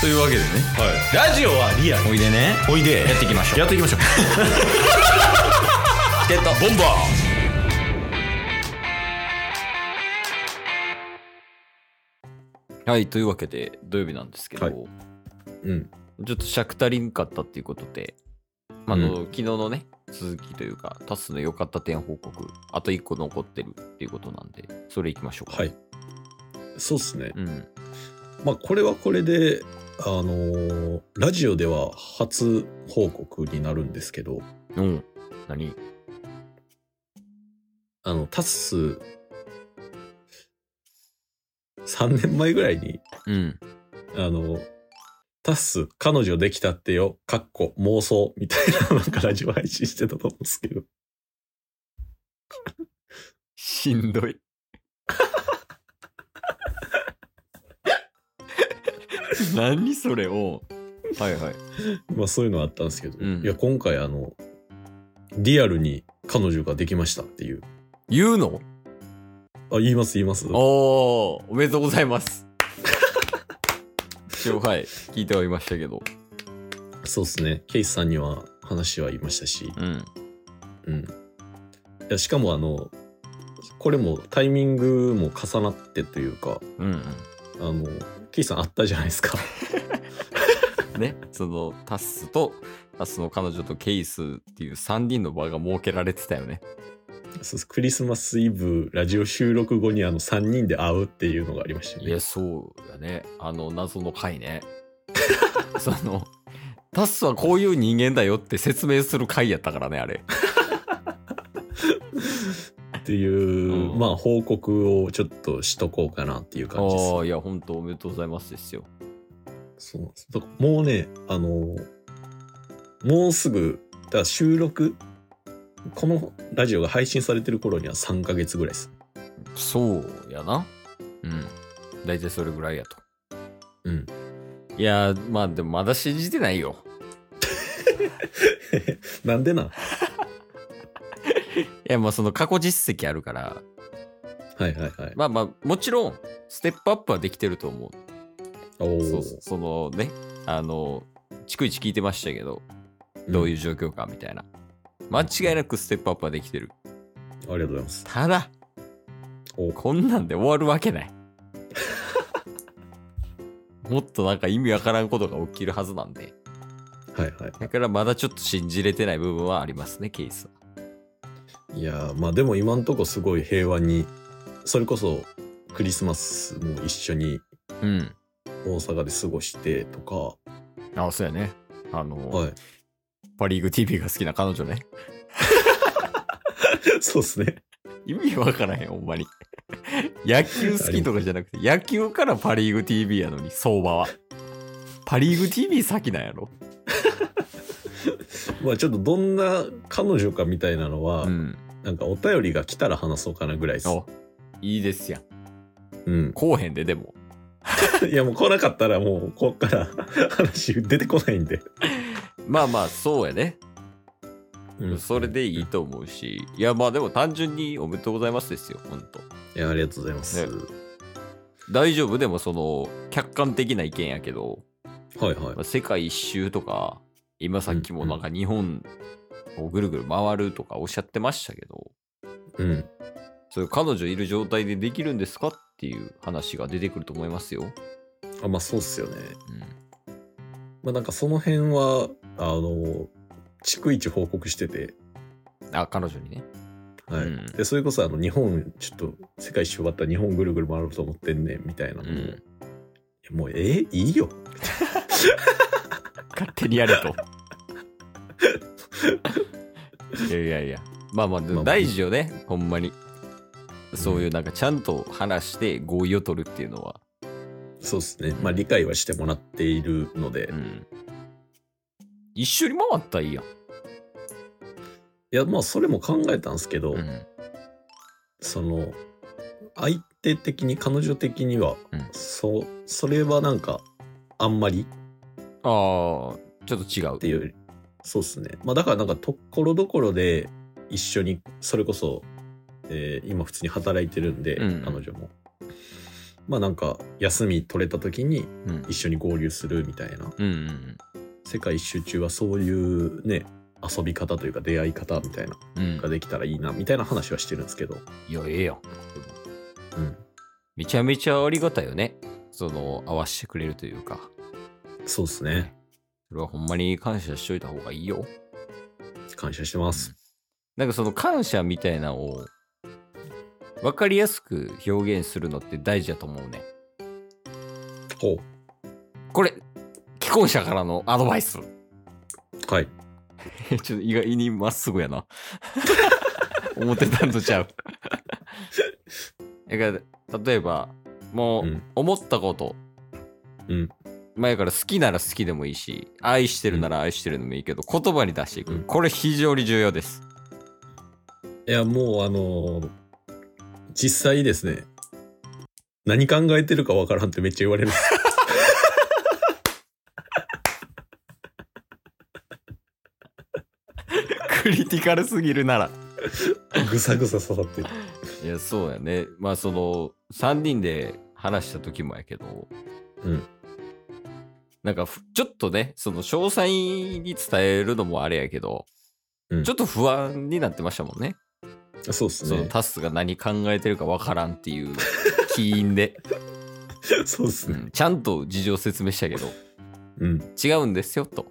というわけでねラジオはリアルおいでねおいでやっていきましょうやっていきましょうチケットボンバーはい、というわけで土曜日なんですけど、はいうんちょっと尺足りんかったっていうことで、まああの昨日のね、続きというか、タスの良かった点報告、あと1個残ってるっていうことなんで、それいきましょうか。はいそうっすねうん、まあこれはこれであのーラジオでは初報告になるんですけどうん、何あのタッス3年前ぐらいにうん。あのタッス彼女できたってよかっこ妄想みたいななんかラジオ配信してたと思うんですけど しん どい。何それを。はいはい。まあそういうのはあったんですけど、うんいや今回あのリアルに彼女ができましたっていう言うのあ言います言いますおー、おめでとうございます。 一応はい、聞いてはいましたけど。そうですねケイスさんには話は言いましたし、うん。うん、いやしかもあのこれもタイミングも重なってというかうん、あのケイスさんあったじゃないで すかうん。ね、そのタッスと、タッスの彼女とケイスっていう3人の場が設けられてたよね。そうクリスマスイブラジオ収録後にあの3人で会うっていうのがありましたいよや、ねそうだね。あの、謎の回ね。 その、タッスはこういう人間だよって説明する回やったからね、あれ。っていう、うんまあ報告をちょっとしとこうかなっていうああ感じですー、いや、本当おめでとうございますですよ。そうなんですだからもうねあのもうすぐだから収録このラジオが配信されてる頃には3ヶ月ぐらいですそうやな。うん。大体それぐらいやと。うんいやー、まあでもまだ信じてないよ。なんでなんいや、まあその過去実績あるから、はいはいはい。まあまあ、もちろん、ステップアップはできてると思う。お、そうそのね、あの、逐一聞いてましたけど、どういうう状況かみたいな。間違いなくステップアップはできてる。んありがとうございます。ただ、おこんなんで終わるわけない。もっとなんか意味わからんことが起きるはずなんで。はいはだからまだちょっと信じれてない部分はありますね、ケースは。い。いやーまあでも今んとこすごい平和に、それこそクリスマスも一緒にうん。大阪で過ごしてとか、あ、そうやね。あの、はい。 パリーグ TV が好きな彼女ね。そうですね。意味わからへん、ほんまに。 野球好きとかじゃなくて、野球からパリーグ TV やのに、相場は。パリーグ TV 先なんやろ。まあちょっとどんな彼女かみたいなのは、うん。なんかお便りが来たら話そうかなぐらいです。おいいですやん。うん。こうへんで、でも。 いやもう来なかったらもうこっから 話出てこないんで。まあまあ、そうやね。うんそれでいいと思うし。いや、まあでも単純におめでとうございますですよ、ほんと。いやありがとうございます。ね大丈夫でもその、客観的な意見やけど、はいはいまあ。世界一周とか、今さっきもなんか日本をぐるぐる回るとかおっしゃってましたけど、うん。そういう彼女いる状態でできるんですかっていう話が出てくると思いますよ。あ、まあそうっすよね。まあなんかその辺は、あの、逐一報告してて、うん、あ、彼女にね。はい。うんで、それこそあの、日本、ちょっと、世界一周終わったら日本ぐるぐる回ろうと思ってんねん、みたいなのも、いや。もう、えーいいよ。勝手にやれと。 いやいやいや。まあまあ、でまあまもあ大事よね、ほんまに。そういうなんかちゃんと話して合意を取るっていうのは。そうですね。まあ理解はしてもらっているので、ういん。一緒に回ったらいいやん。や、まあそれも考えたんですけど、うん。その、相手的に、彼女的には、うんそう、それはなんか、あんまりああ、ちょっと違う。っていうよりそうですねまあだからなんかところどころで一緒にそれこそ、えー今普通に働いてるんで、うん彼女もまあなんか休み取れた時にうん一緒に合流するみたいなうんうん世界一周中はそういうね遊び方というか出会い方みたいなうんうんのができたらいいなみたいな話はしてるんですけど、いやええやんうん、めちゃめちゃありがたいよねその合わせてくれるというかそうですねそれはほんまに感謝しといた方がいいよ感謝してます、なんかその感謝みたいなのを分かりやすく表現するのって大事だと思うねほこれ既婚者からのアドバイスうはい ちょっと意外にまっすぐやな 思ってたんとちゃう だから例えばもううん思ったこと、うん前から好きなら好きでもいいし愛してるなら愛してるのもいいけど、言葉に出していく、うんこれ非常に重要です いやもうあのー実際ですね何考えてるかわからんってめっちゃ言われるクリティカルすぎるならぐさぐさ刺さってるいやそうやねまあその3人で話した時もやけどうんなんかふちょっとねその詳細に伝えるのもあれやけど、うんちょっと不安になってましたもんねそうっすそのねタスが何考えてるかわからんっていう起因 で、そうっすうねん、ちゃんと事情説明したけどうん違うんですよと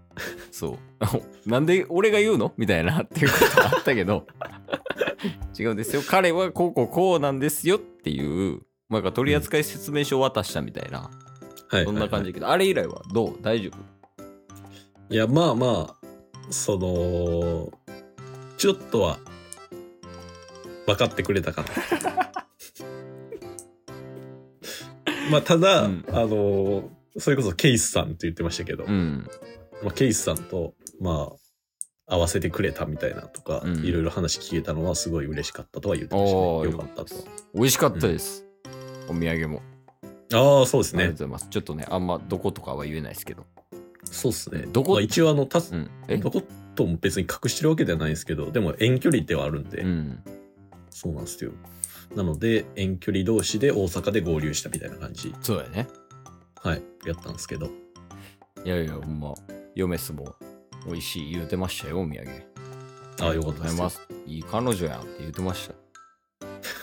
そう なんで俺が言うのみたいなっていうことはあったけど 違うんですよ彼はこうこうこうなんですよっていうなんか取扱説明書を渡したみたいな、はいそんな感じはだいけどあれ以来はどう大丈はいいやまあまあそのちょっとは分かってくれたかなまあただ、うんあのーそれこそケイスさんって言ってましたけど、夫うんまあ、ケイスさんと、まあ、合わせてくれたみたいなとか、うんいろいろ話聞けたのはすごい嬉しかったとは言ってましたね。おおよかったと。美味しかったです、お土産もああ、そうですありがとうねご。ざいますちょっとねあんまどことかは言えないですけどそうですね。どこまあ、一応あの、たす、うんえどことも別に隠してるわけではないんですけど、でも遠距離ではあるんで、うんそうなんですよ。なので、遠距離同士で大阪で合流したみたいな感じ、そうやねはい、やったんですけど。いやいやほんま嫁すも美味しい言うてましたよお土産ああ、よかったござでいす。ます。いい彼女やんって言ってました。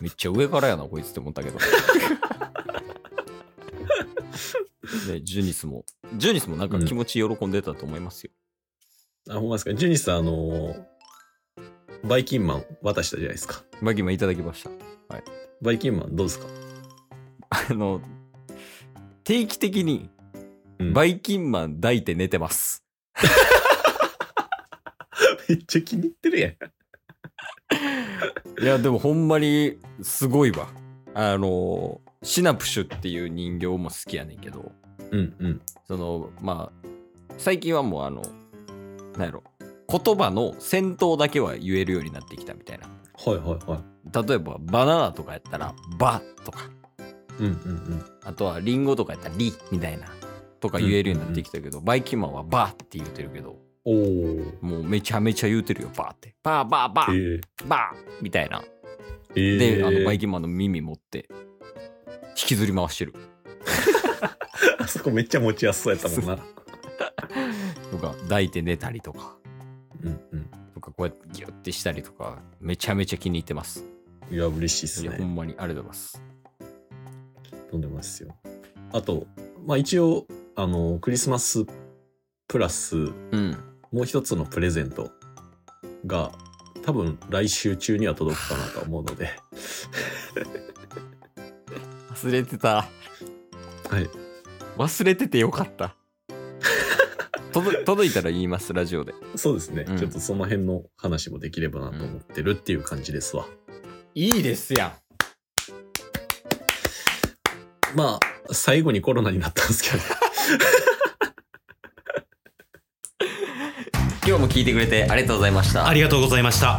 めっちゃ上からやな、こいつって思ったけど。 で、ジュニスも、ジュニスもなんか気持ち喜んでたと思いますよ。あ、ほんまですか。ジュニスさん、あのーバイキンマン渡したじゃないですか。マギマいただきました。 バイキンマンどうですか あの、定期的にうん、バイイキンマン抱いて寝てます。めっちゃ気に入ってるやん。いや、でもほんまにすごいわ。あの、シナプシュっていう人形も好きやねんけど、うんうん。その、まあ、最近はもうあの、なんやろ、言葉の先頭だけは言えるようになってきたみたいな。はいはいはい。例えば、バナナとかやったら、バとか、うんうんあとはリンゴとかやったら、リみたいな、とか言えるようになってきたけど、バイキンマンはバって言ってるけど、うん。おお。もうめちゃめちゃ言うてるよ、バって。バーバーバえーー、バーみたいな。えー、で、あのバイキンマンの耳持って、引きずり回してる。あそこめっちゃ持ちやすそうやったもんな。とか、抱いて寝たりとか、うんとか、こうやってギュッてしたりとか、めちゃめちゃ気に入ってます。うん。いや、嬉しいっすいや、ほね。んまにありがとうございます。飲んでますよ。あと、まあ一応、あの、クリスマスプラス、うん。もう一つのプレゼントが、多分来週中には届くかなと思う ので、忘れてた。はい。忘れててよか った。届届いたら言います、ラジオで。そうですね、うんちょっとその辺の話もできればなと思ってるっていう感じですわ。いいですやまあ、最後にコロナになったんですけど、ん。今日も聞いてくれてありがとうございました。ありがとうございました。